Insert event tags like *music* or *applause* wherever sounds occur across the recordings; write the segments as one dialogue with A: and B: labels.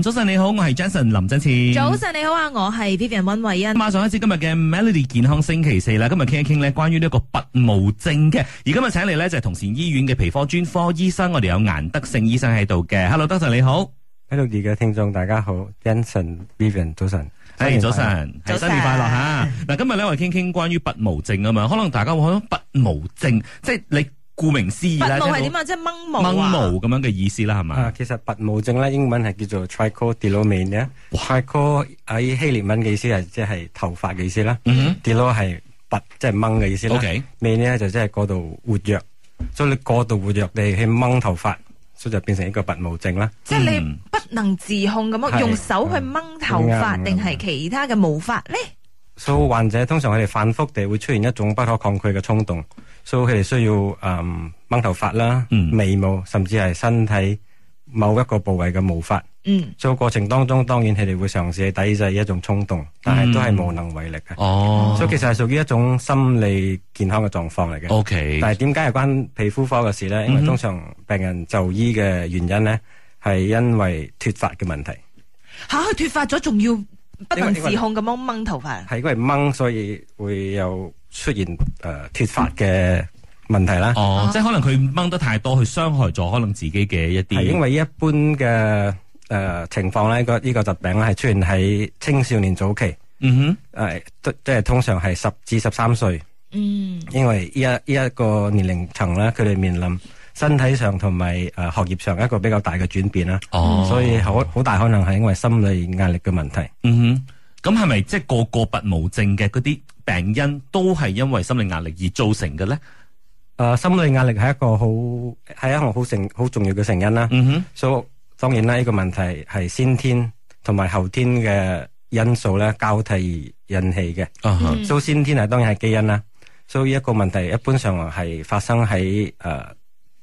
A: 早晨你好，我係 Jason 林振前。
B: 早晨你好啊，我係 Vivian 温慧欣。
A: 馬上開始今日嘅 Melody 健康星期四啦，今日傾一傾呢關於呢一個拔毛症嘅，而今日請嚟呢，就係同善醫院嘅皮膚專科醫生，我哋有顏德勝醫生喺度嘅。Hello，Doctor 你好，
C: Hello 嘅聽眾大家好，Jason、Vivian 早晨，
A: 係早晨，係
B: 早晨
A: 新年快樂吓。嗱，今日咧我哋傾傾關於拔毛症啊嘛，可能大家會講拔毛症，即係你顧名思義
B: 拔
A: 啦，
B: 毛係
A: 聽
B: 點
A: 到
B: 啊？即係掹毛
A: 掹毛
B: 啊？
A: 咁樣嘅意思啦，係嘛？
C: 啊，其實拔毛症咧，英文係叫做 trichotillomania。tricho 喺希臘文嘅意思係即係頭髮嘅意思啦
A: 嗯
C: ，tillo 係拔即係掹嘅意思啦
A: OK
C: mania 就即係過度活躍，所以你過度活躍地去掹頭髮，所以就變成一個拔毛症啦。
B: 即係你
A: 嗯
B: 不能自控咁樣
C: 係
B: 用手去掹頭髮，
C: 嗯
B: 定係其他嘅毛髮咧？
C: 所以患者通常佢哋反覆地會出現一種不可抗拒嘅衝動，所以佢哋需要嗯掹頭髮啦、
A: 嗯
C: 眉毛，甚至係身體某一個部位嘅毛髮。
B: 嗯，
C: 做過程當中，當然佢哋會嘗試去抵制一種衝動，但係都係無能為力嘅。
A: 哦
C: 所以其實係屬於一種心理健康嘅狀況嚟嘅。
A: ，OK，
C: 但係點解係關皮膚科嘅事呢？
A: 嗯
C: 因
A: 哼
C: 為通常病人就醫嘅原因呢，係因為脱髮嘅問題，
B: 吓佢脱髮咗，仲要不能
C: 因為
B: 自控咁樣掹頭髮。
C: 係因為掹，所以會有出現誒脱髮嘅問題啦。
A: 哦
B: 啊，
A: 即係可能佢掹得太多，佢傷害咗可能自己嘅一
C: 係
A: 啲，
C: 因為一般嘅誒情況呢，呢個呢個疾病咧係出現喺青少年早期，
A: 嗯
C: 誒即即係通常係十至十三歲。
B: 嗯，
C: 因為呢一呢一個年齡層咧，佢哋面臨身體上同埋誒學業上一個比較大嘅轉變啦，
A: 哼，哦，
C: 所以好好大可能係因為心理壓力嘅問題。
A: 嗯哼，咁係咪即係個個拔毛症嘅嗰啲病因都係因為心理壓力而造成嘅咧？
C: 誒、心理壓力係一個好係一項好成好重要嘅成因啦。
A: 嗯哼，
C: 所以當然啦，呢、個問題係先天同埋後天嘅因素咧交替而引起嘅。
A: 啊哈
B: 嗯
C: 所以先天係當然係基因啦。所以一個問題一般上係發生喺誒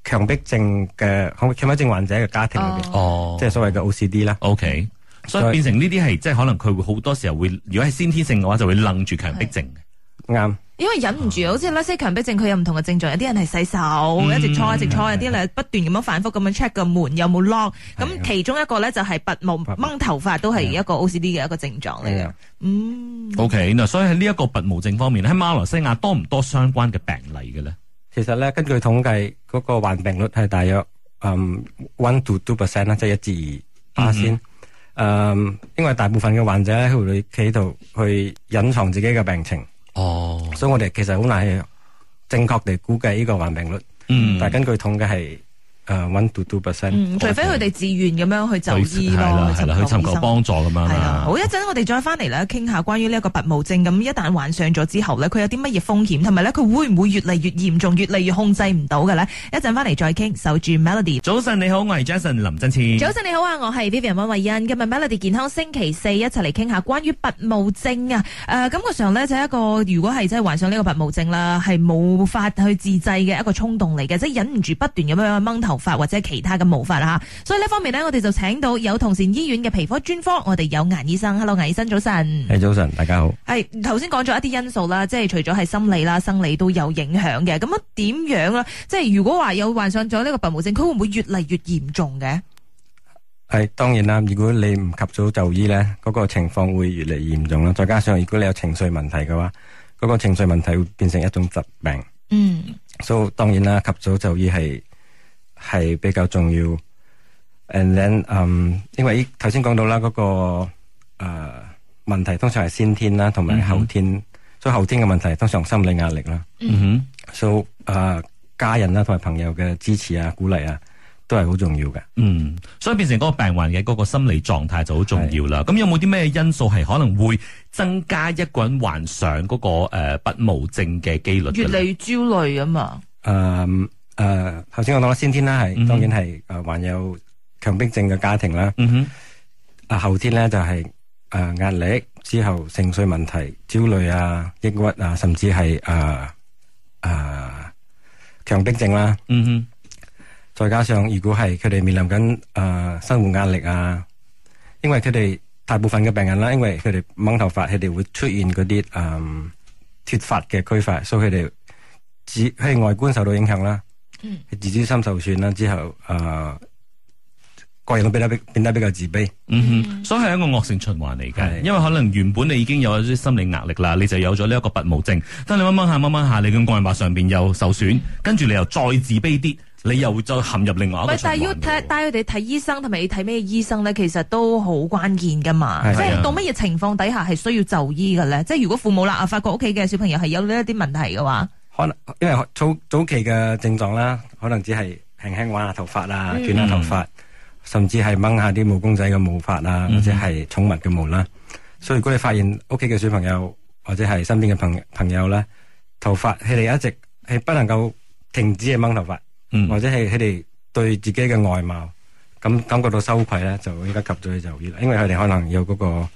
C: 強迫症嘅強迫症患者嘅家庭裏邊。
B: 哦
A: 哦，
C: 即係所謂嘅 OCD 啦。
A: OK，所以
C: 所以
A: 變成呢啲係即係可能佢會好多時候會，如果係先天性嘅話，就會楞住強迫症嘅。
C: 啱，
B: 因為忍唔住，好似呢些強迫症，佢有唔同嘅症狀，有啲人係洗手，
A: 嗯
B: 一直搓一直搓，有啲咧不斷咁樣反覆咁樣 check 個門有冇 lock。
C: 係
B: 咁
C: 啊
B: 其中一個咧就係拔毛
C: 拔毛
B: 掹頭髮，都係一個 OCD 嘅一個症狀嚟
C: 係
B: 嘅
C: 啊。
B: 嗯，
A: OK，嗱，所以喺呢一個拔毛症方面，喺馬來西亞多唔多相關嘅病例嘅咧？
C: 其實咧，根據統計，嗰、個患病率係大約嗯 one to two percent 啦，即係一至二巴先。嗯，因為大部分嘅患者咧，佢會企圖去隱藏自己嘅病情，
A: 哦，
C: 所以我哋其實好難係正確地估計呢個患病率。
A: 嗯，
C: 但係根據統計係誒 one to two percent。
B: 嗯除非佢哋自願咁樣去就醫
A: 係
B: 咯
A: 啦，，係啦，去尋
B: 尋求醫
A: 求
B: 生。
A: 幫助咁樣
B: 係啦，
A: 啦。
B: 好一陣我哋再翻嚟咧，傾下關於呢一個拔毛症咁，一旦患上咗之後咧，佢有啲乜嘢風險，同埋咧佢會唔會越嚟越嚴重，越嚟越控制唔到嘅咧？一陣翻嚟再傾，守住 Melody。
A: 早晨你好，我係 Jason 林振前。
B: 早晨你好啊，我係 Vivian 温慧欣，今日 Melody 健康星期四一齊嚟傾下關於拔毛症啊。誒、感覺上咧就係一個如果係真係患上呢個拔毛症啦，係冇法去自制嘅一個衝動嚟嘅，即係忍唔住不斷咁樣掹頭髮或者其他嘅毛髮啦。所以呢方面呢，我哋就請到有同善醫院嘅皮膚專科，我哋有顏醫生。Hello，顏醫生早晨。
C: 係早晨，大家好。
B: 係頭先講咗一啲因素啦，即係除咗係心理啦、生理都有影響嘅。咁啊點樣啦？即係如果話有患上咗呢個拔毛症，佢會唔會越嚟越嚴重嘅？
C: 係當然啦，如果你唔及早就醫呢，嗰、個情況會越嚟越嚴重啦。再加上如果你有情緒問題嘅話，嗰、個情緒問題會變成一種疾病。
B: 嗯，
C: 所以當然啦，及早就醫係係比較重要。And then，嗯，因為依頭先講到啦，嗰、個誒、呃、問題通常係先天啦，同埋後天，所以後天嘅問題通常心理壓力啦。
A: 嗯
C: 所以誒家人啦，同埋朋友嘅支持啊、鼓勵啊，都係好重要嘅。
A: 哼，嗯，所以變成嗰個病患嘅嗰個心理狀態就好重要啦。咁有冇啲咩因素係可能會增加一個人患上嗰、呃個誒拔毛症嘅機率嘅
B: 越
A: 呢？
B: 嚟越焦慮啊嘛。
C: 誒誒，嗯呃頭先我講啦，先天啦，
A: 嗯哼
C: 係當然係誒患有強迫症嘅家庭啦。
A: 嗯哼，
C: 啊，後天咧就係誒壓力之後情緒問題、焦慮啊、抑鬱啊，甚至係誒誒強迫症啦。
A: 嗯哼，
C: 再加上如果係佢哋面臨緊誒生活壓力啊，因為佢哋大部分嘅病人啦，因為佢哋掹頭髮，佢哋會出現嗰啲誒脱髮嘅區塊，所以佢哋只係外觀受到影響啦。
B: 嗯
C: 自尊心受損啦，之後誒、呃個人都變得比變得比較自卑。
A: 嗯哼，所以係一個惡性循環嚟嘅，
C: 係
A: 因為可能原本你已經有一啲心理壓力啦，你就有咗呢一個拔毛症，但你掹掹下掹掹下，你嘅外貌上邊又受損，跟住你又再自卑啲，你又再陷入另外一
B: 唔
A: 個
B: 係，
A: 循
B: 但係
A: 環
B: 要
A: 㗎
B: 睇
A: 喎。
B: 帶佢哋睇醫生同埋你睇咩醫生咧，其實都好關鍵噶嘛。
C: 係
B: 即
A: 係啊
B: 係到乜嘢情況底下係需要就醫嘅咧？即係如果父母啦啊，發覺屋企嘅小朋友係有呢一啲問題嘅話，
C: 可能因為早早期嘅症狀啦，可能只係輕輕玩下頭髮啊，
B: 嗯
C: 捲下頭髮，甚至係掹下啲毛公仔嘅毛髮啊，
A: 嗯
C: 或者係寵物嘅毛啦。所以如果你發現屋企嘅小朋友或者係身邊嘅朋朋友咧，頭髮佢哋一直係不能夠停止係掹頭髮，
A: 嗯
C: 或者係佢哋對自己嘅外貌咁感覺到羞愧咧，就應該及早去就醫啦。因為佢哋可能有嗰、個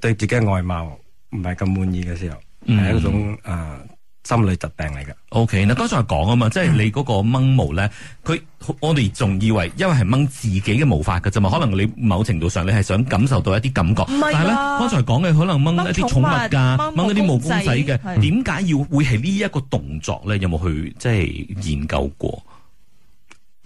C: 對自己嘅外貌唔係咁滿意嘅時候，係、一種誒、呃心理疾病嚟嘅。
A: O K，嗱剛才講
B: 嗯
A: 啊嘛，即係你嗰個掹毛咧，佢我哋仲以為因為係掹自己嘅毛髮嘅啫嘛，可能你某程度上你係想感受到一啲感覺，
B: 唔係㗎
A: 但係咧剛才講嘅可能掹一啲
B: 掹
A: 寵
B: 寵
A: 物
B: 物
A: 㗎，
B: 掹
A: 掹一啲毛
B: 毛
A: 公
B: 公
A: 仔
B: 仔
A: 嘅，
B: 係
A: 點解要會係呢一個動作咧？有冇去即係研究過？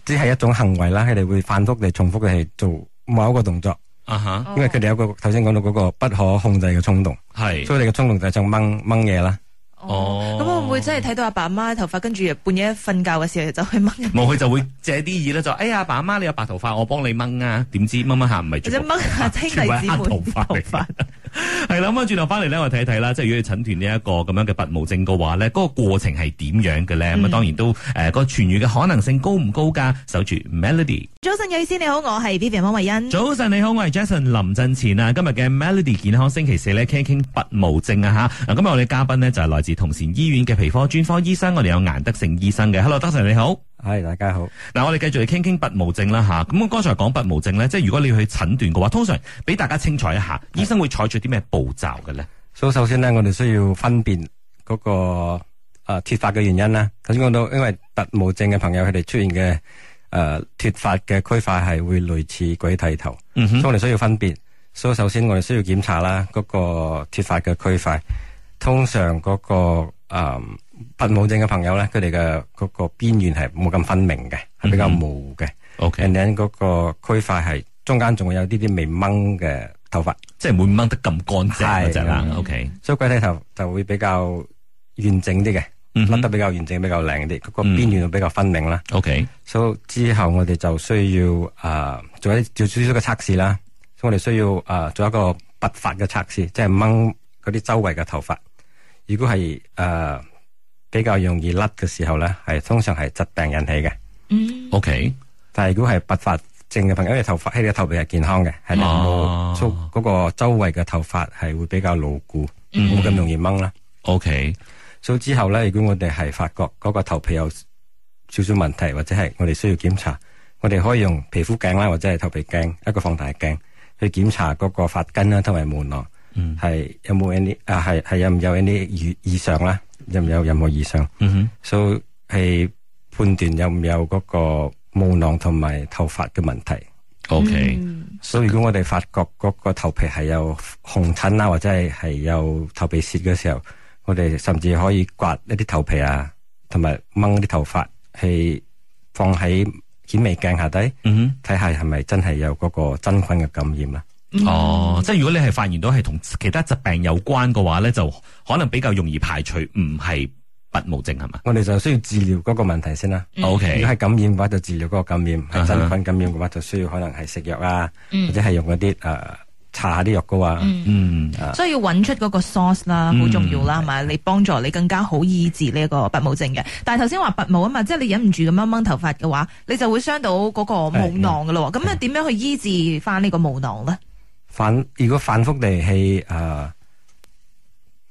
C: 只係一種行為啦，佢哋會反覆地、重複地去做某一個動作，
A: 啊哈，
C: 因為佢哋有個頭先講到嗰個不可控制嘅衝動，
A: 係。
C: 所以你嘅衝動就係想掹掹嘢啦。
A: 哦
B: 咁會唔會真係睇到阿爸阿媽頭髮，跟住半夜瞓覺嘅時候就去掹，
A: 冇佢就會借啲意咧，就哎呀，爸媽你有白頭髮，我幫你掹啊。點知掹掹下唔係
B: 或
A: 全
B: 者
A: 部啊
B: 掹下兄弟姊
A: 全部係黑頭
B: 妹
A: 髮嚟嘅。 *laughs* 係啦，咁啊轉頭翻嚟咧，我睇一睇啦，即係如果你診斷呢一個咁樣嘅拔毛症嘅話咧，嗰、個過程係點樣嘅咧？咁啊、
B: 嗯
A: 當然都誒、呃個痊愈嘅可能性高唔高㗎？守住 Melody。
B: 早晨，有意思你好，我係 Vivian 汪慧欣。
A: 早晨，你好，我係 Jason 林振前啊。今日嘅 Melody 健康星期四咧，傾一傾拔毛症啊吓。嗱，今日我哋嘉賓呢，就係、來自同善醫院嘅皮膚專科醫生，我哋有顏德成醫生嘅。Hello，德成你好。
C: 係大家好，
A: 嗱，我哋繼續嚟傾傾拔毛症啦吓。咁我剛才講拔毛症咧，即係如果你要去診斷嘅話，通常俾大家清楚一下，醫生會採取啲咩步驟嘅咧？
C: 所以首先呢，我哋需要分辨嗰、個誒脱髮嘅原因啦。頭先講到，因為特毛症嘅朋友佢哋出現嘅誒脱髮嘅區塊係會類似鬼剃頭。
A: 嗯哼，
C: 所以我哋需要分辨。所以首先我哋需要檢查啦，嗰、個脱髮嘅區塊。通常嗰、個啊誒拔毛症嘅朋友咧，佢哋嘅嗰個邊緣係冇咁分明嘅，係比較
A: 嗯哼
C: 模糊嘅。
A: OK，
C: And then 嗰個區塊係中間仲會有啲啲未掹嘅頭髮，
A: 即係唔會掹得咁乾淨嗰
C: 係
A: 只啦
B: 嗯。
A: OK，
C: 所以鬼剃頭就會比較完整啲嘅，
A: 嗯
C: 甩
A: 哼
C: 得比較完整、比較靚啲，嗰、個
A: 嗯
C: 邊緣就比較分明啦。
A: OK，
C: 所以之後我哋就需要誒、呃做一做少少嘅測試啦。所以我哋需要誒、呃做一個拔髮嘅測試，即係掹嗰啲周圍嘅頭髮。如果係誒、呃比較容易甩嘅時候咧，係通常係疾病引起嘅。
B: 嗯，
A: OK，
C: 但係如果係拔髮症嘅朋友，因為頭髮，佢哋嘅頭皮係健康嘅，係
A: 哦
C: 冇粗嗰個周圍嘅頭髮係會比較牢固，
A: 嗯
C: 冇咁容易掹啦。
A: OK，
C: 所以之後咧，如果我哋係發覺嗰個頭皮有少少問題，或者係我哋需要檢查，我哋可以用皮膚鏡啦，或者係頭皮鏡一個放大鏡去檢查嗰個髮根啦，同埋毛囊
A: 嗯
C: 係有冇 any 啊係係有唔有 any 異異常啦，有唔有任何異常，
A: 嗯哼，
C: 所以係判斷有唔有嗰個毛囊同埋頭髮嘅問題。
A: OK，
B: 嗯
C: 所以如果我哋發覺嗰個頭皮係有紅疹啊，或者係係有頭皮屑嘅時候，我哋甚至可以刮一啲頭皮啊，同埋掹啲頭髮，係放喺顯微鏡下底
A: 嗯
C: 睇下係咪真係有嗰個真菌嘅感染啊啦。
A: 哼，哦，即係如果你係發現到係同其他疾病有關嘅話咧，就可能比較容易排除唔係拔毛症係嘛
C: 我哋就需要治療嗰個問題先啦。
B: 嗯
C: 如
A: ？OK，
C: 果係感染嘅話，就治療嗰個感染；
A: 啊哈
C: 係真菌感染嘅話，就需要可能係食藥啊，
B: 嗯
C: 或者係用嗰啲誒搽下啲藥膏啊。
B: 嗯
A: 嗯。
B: 所以要揾出嗰個 source 啦，
A: 嗯
B: 好重要啦，係咪？你幫助你更加好醫治呢一個拔毛症嘅。但係頭先話拔毛啊嘛，即係你忍唔住咁樣掹頭髮嘅話，你就會傷到嗰個毛囊噶咯喎。咁啊，點樣去醫治翻呢個毛囊咧？
C: 反如果反覆地係誒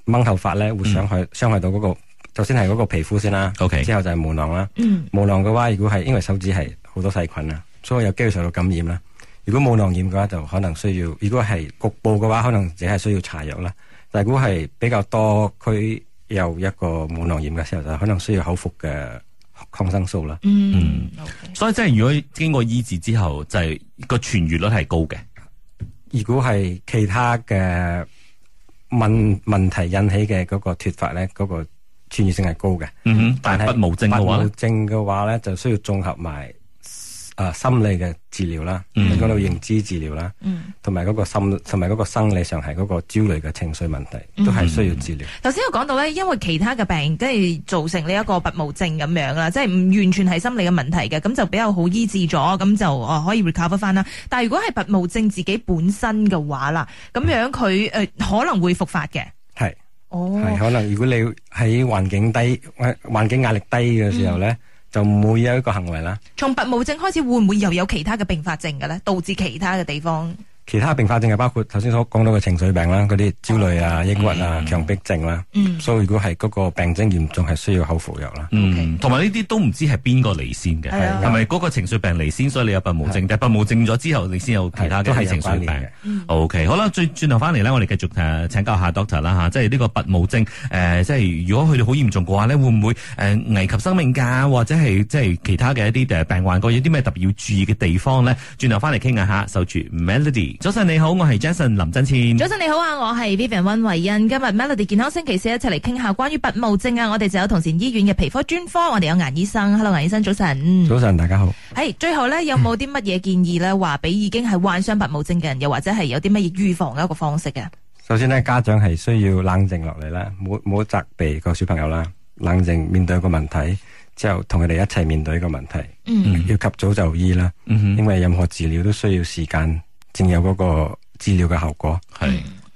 C: 掹頭髮咧，會傷害傷害到嗰、個，首先係嗰個皮膚先啦
A: OK
C: 之後就係毛囊啦。
B: 嗯，
C: 毛囊嘅話，如果係因為手指係好多細菌啦，所以有機會受到感染啦。如果毛囊炎嘅話，就可能需要；如果係局部嘅話，可能只係需要搽藥啦。但係如果係比較多區有一個毛囊炎嘅時候，就可能需要口服嘅抗生素啦。
B: 嗯，
A: 所以即係如果經過醫治之後，就係、個痊愈率係高嘅。
C: 如果係其他嘅問問題引起嘅嗰個脱髮咧，嗰、個傳染性係高嘅。
A: 嗯哼，但係
C: 係
A: 不無症嘅話
C: 拔毛
A: 咧，
C: 症嘅話咧，就需要綜合埋誒、呃心理嘅治療啦，
A: 嗯
C: 講到認知治療啦，
B: 嗯，
C: 同埋嗰個心同埋嗰個生理上係嗰個焦慮嘅情緒問
A: 嗯
C: 題，都係需要治療。
B: 頭先我講到咧，因為其他嘅病跟住造成呢一個拔毛症咁樣啦，即係唔完全係心理嘅問題嘅，咁就比較好醫治咗，咁就哦可以 recover 翻啦。但係如果係拔毛症自己本身嘅話啦，咁樣佢誒、呃可能會復發嘅。
C: 係
B: 哦，
C: 係可能如果你喺環境低環環境壓力低嘅時候咧，就唔會有一個行為啦。
B: 從拔毛症開始會唔會又有其他嘅併發症嘅咧？導致其他嘅地方
C: 其他併發症係包括頭先所講到嘅情緒病啦，嗰啲焦慮啊、抑鬱啊
A: 嗯、
C: 強迫症啦。
B: 嗯
C: 所以如果係嗰個病徵嚴重，係需要口服藥啦。
A: 嗯，同埋呢啲都唔知係邊個嚟先嘅，
B: 係啊
A: 係咪嗰個情緒病嚟先，所以你有拔毛症，但係拔毛症咗之後，你先有其他
C: 係都係
A: 嘅
C: 有
A: 情緒
C: 關聯
A: 病
C: 嘅。。
B: 嗯
A: O、k 好啦，最轉頭翻嚟咧，我哋繼續誒請教下 Doctor 啦嚇，即係呢個拔毛症誒、即係如果佢哋好嚴重嘅話咧，會唔會誒、危及生命㗎？或者係即係其他嘅一啲誒病患過，有啲咩特別要注意嘅地方咧？轉頭翻嚟傾下嚇，守住 Melody。早晨你好，我係 Jason 林真千。
B: 早晨你好啊，我係 Vivian 温慧欣，今日 Melody 健康星期四一齊嚟傾下關於拔毛症啊，我哋就有同善醫院嘅皮膚專科，我哋有顏醫生，Hello 顏醫生早
A: 嗯
B: 晨。
C: 早晨，大家好。
B: 係最後咧，有冇啲乜嘢建議咧？話俾已經係患上拔毛症嘅人，又或者係有啲乜嘢預防嘅一個方式嘅？
C: 首先咧，家長係需要冷靜落嚟啦，冇冇責備個小朋友啦，冷靜面對個問題，之後同佢哋一齊面對個問題，
B: 嗯
C: 要及早就醫啦。
A: 嗯
C: 因
A: 哼，
C: 為任何治療都需要時間，正有嗰個治療嘅效果。
A: 係。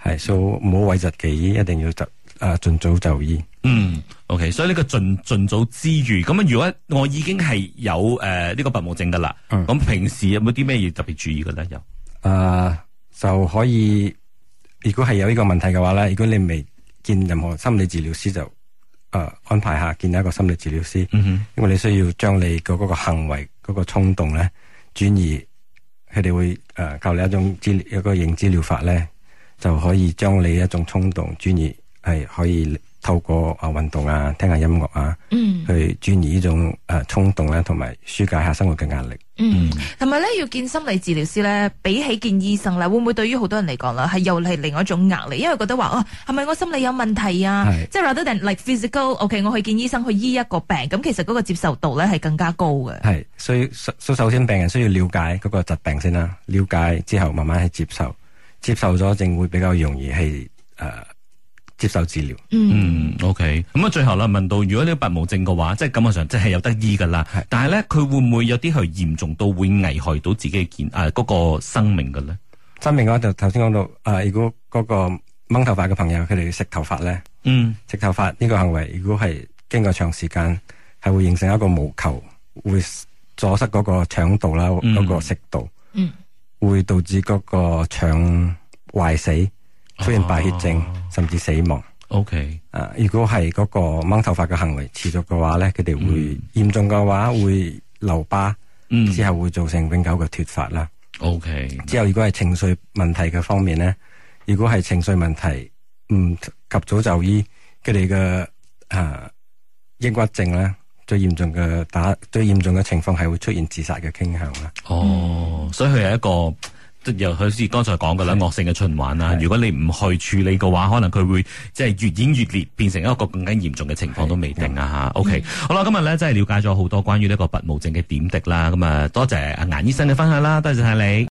C: 係，所以唔好諱疾忌醫，一定要就誒盡早就醫。
A: 嗯，OK，所以呢個盡盡早之餘，咁啊，如果我已經係有呃誒呢、個拔毛症噶啦，
C: 嗯
A: 咁、平時有冇啲咩要特別注意嘅咧？又
C: 誒、啊就可以，如果係有呢個問題嘅話咧，如果你未見任何心理治療師，就誒、安排下見一個心理治療師，
A: 嗯哼，
C: 因為你需要將你嘅嗰個行為嗰、個衝動咧轉移，佢哋會誒、啊教你一種治療一個認知療法咧，就可以將你一種衝動轉移係可以透過啊運動啊、聽下音樂啊，
B: 嗯
C: 去轉移呢種誒衝、動咧，同埋舒解下生活嘅壓力。
B: 嗯
A: 嗯，
B: 同埋咧要見心理治療師咧，比起見醫生啦，會唔會對於好多人嚟講啦，係又係另外一種壓力？因為覺得話哦，係咪我心理有問題啊？
C: 係
B: 即係 rather than like physical，OK，、我去見醫生去醫一個病，咁其實嗰個接受度咧係更加高嘅。
C: 係，所以所所以首先病人需要了解嗰個疾病先啦，了解之後慢慢去接受，接受咗正會比較容易係誒、呃接受治療。
A: 嗯，OK，咁啊，最後啦，問到如果呢個拔毛症嘅話，即係感覺上即係有得醫噶啦
C: 係，
A: 但係咧佢會唔會有啲係嚴重到會危害到自己嘅健誒嗰個生命嘅咧？
C: 生命嗰度頭先講到誒、呃如果嗰個掹頭髮嘅朋友佢哋食頭髮咧，
A: 嗯
C: 食頭髮呢個行為，如果係經過長時間，係會形成一個毛球，會阻塞嗰個腸道啦，嗰、
A: 嗯
C: 個食道，
B: 嗯
C: 會導致嗰個腸壞死，出現敗血症，
A: 哦
C: 甚至死亡。
A: ，OK，
C: 啊，如果係嗰個掹頭髮嘅行為持續嘅話咧，佢哋會嚴重嘅話會留疤，
A: 嗯
C: 之後會造成永久嘅脱髮啦。
A: ，OK，
C: 之後如果係情緒問題嘅方面咧，如果係情緒問題唔及早就醫，佢哋嘅啊抑鬱症咧，最嚴重嘅打最嚴重嘅情況係會出現自殺嘅傾向啦。
A: 哦，所以佢係一個。即又好似剛才講嘅啦，惡性嘅循環啦。
C: 係
A: 如果你唔去處理嘅話，可能佢會即係越演越烈，變成一個更加嚴重嘅情況都未定啊！嚇，OK，好啦，今日咧真係了解咗好多關於呢個拔毛症嘅點滴啦。咁啊，多謝阿顏醫生嘅分享啦，多謝晒你。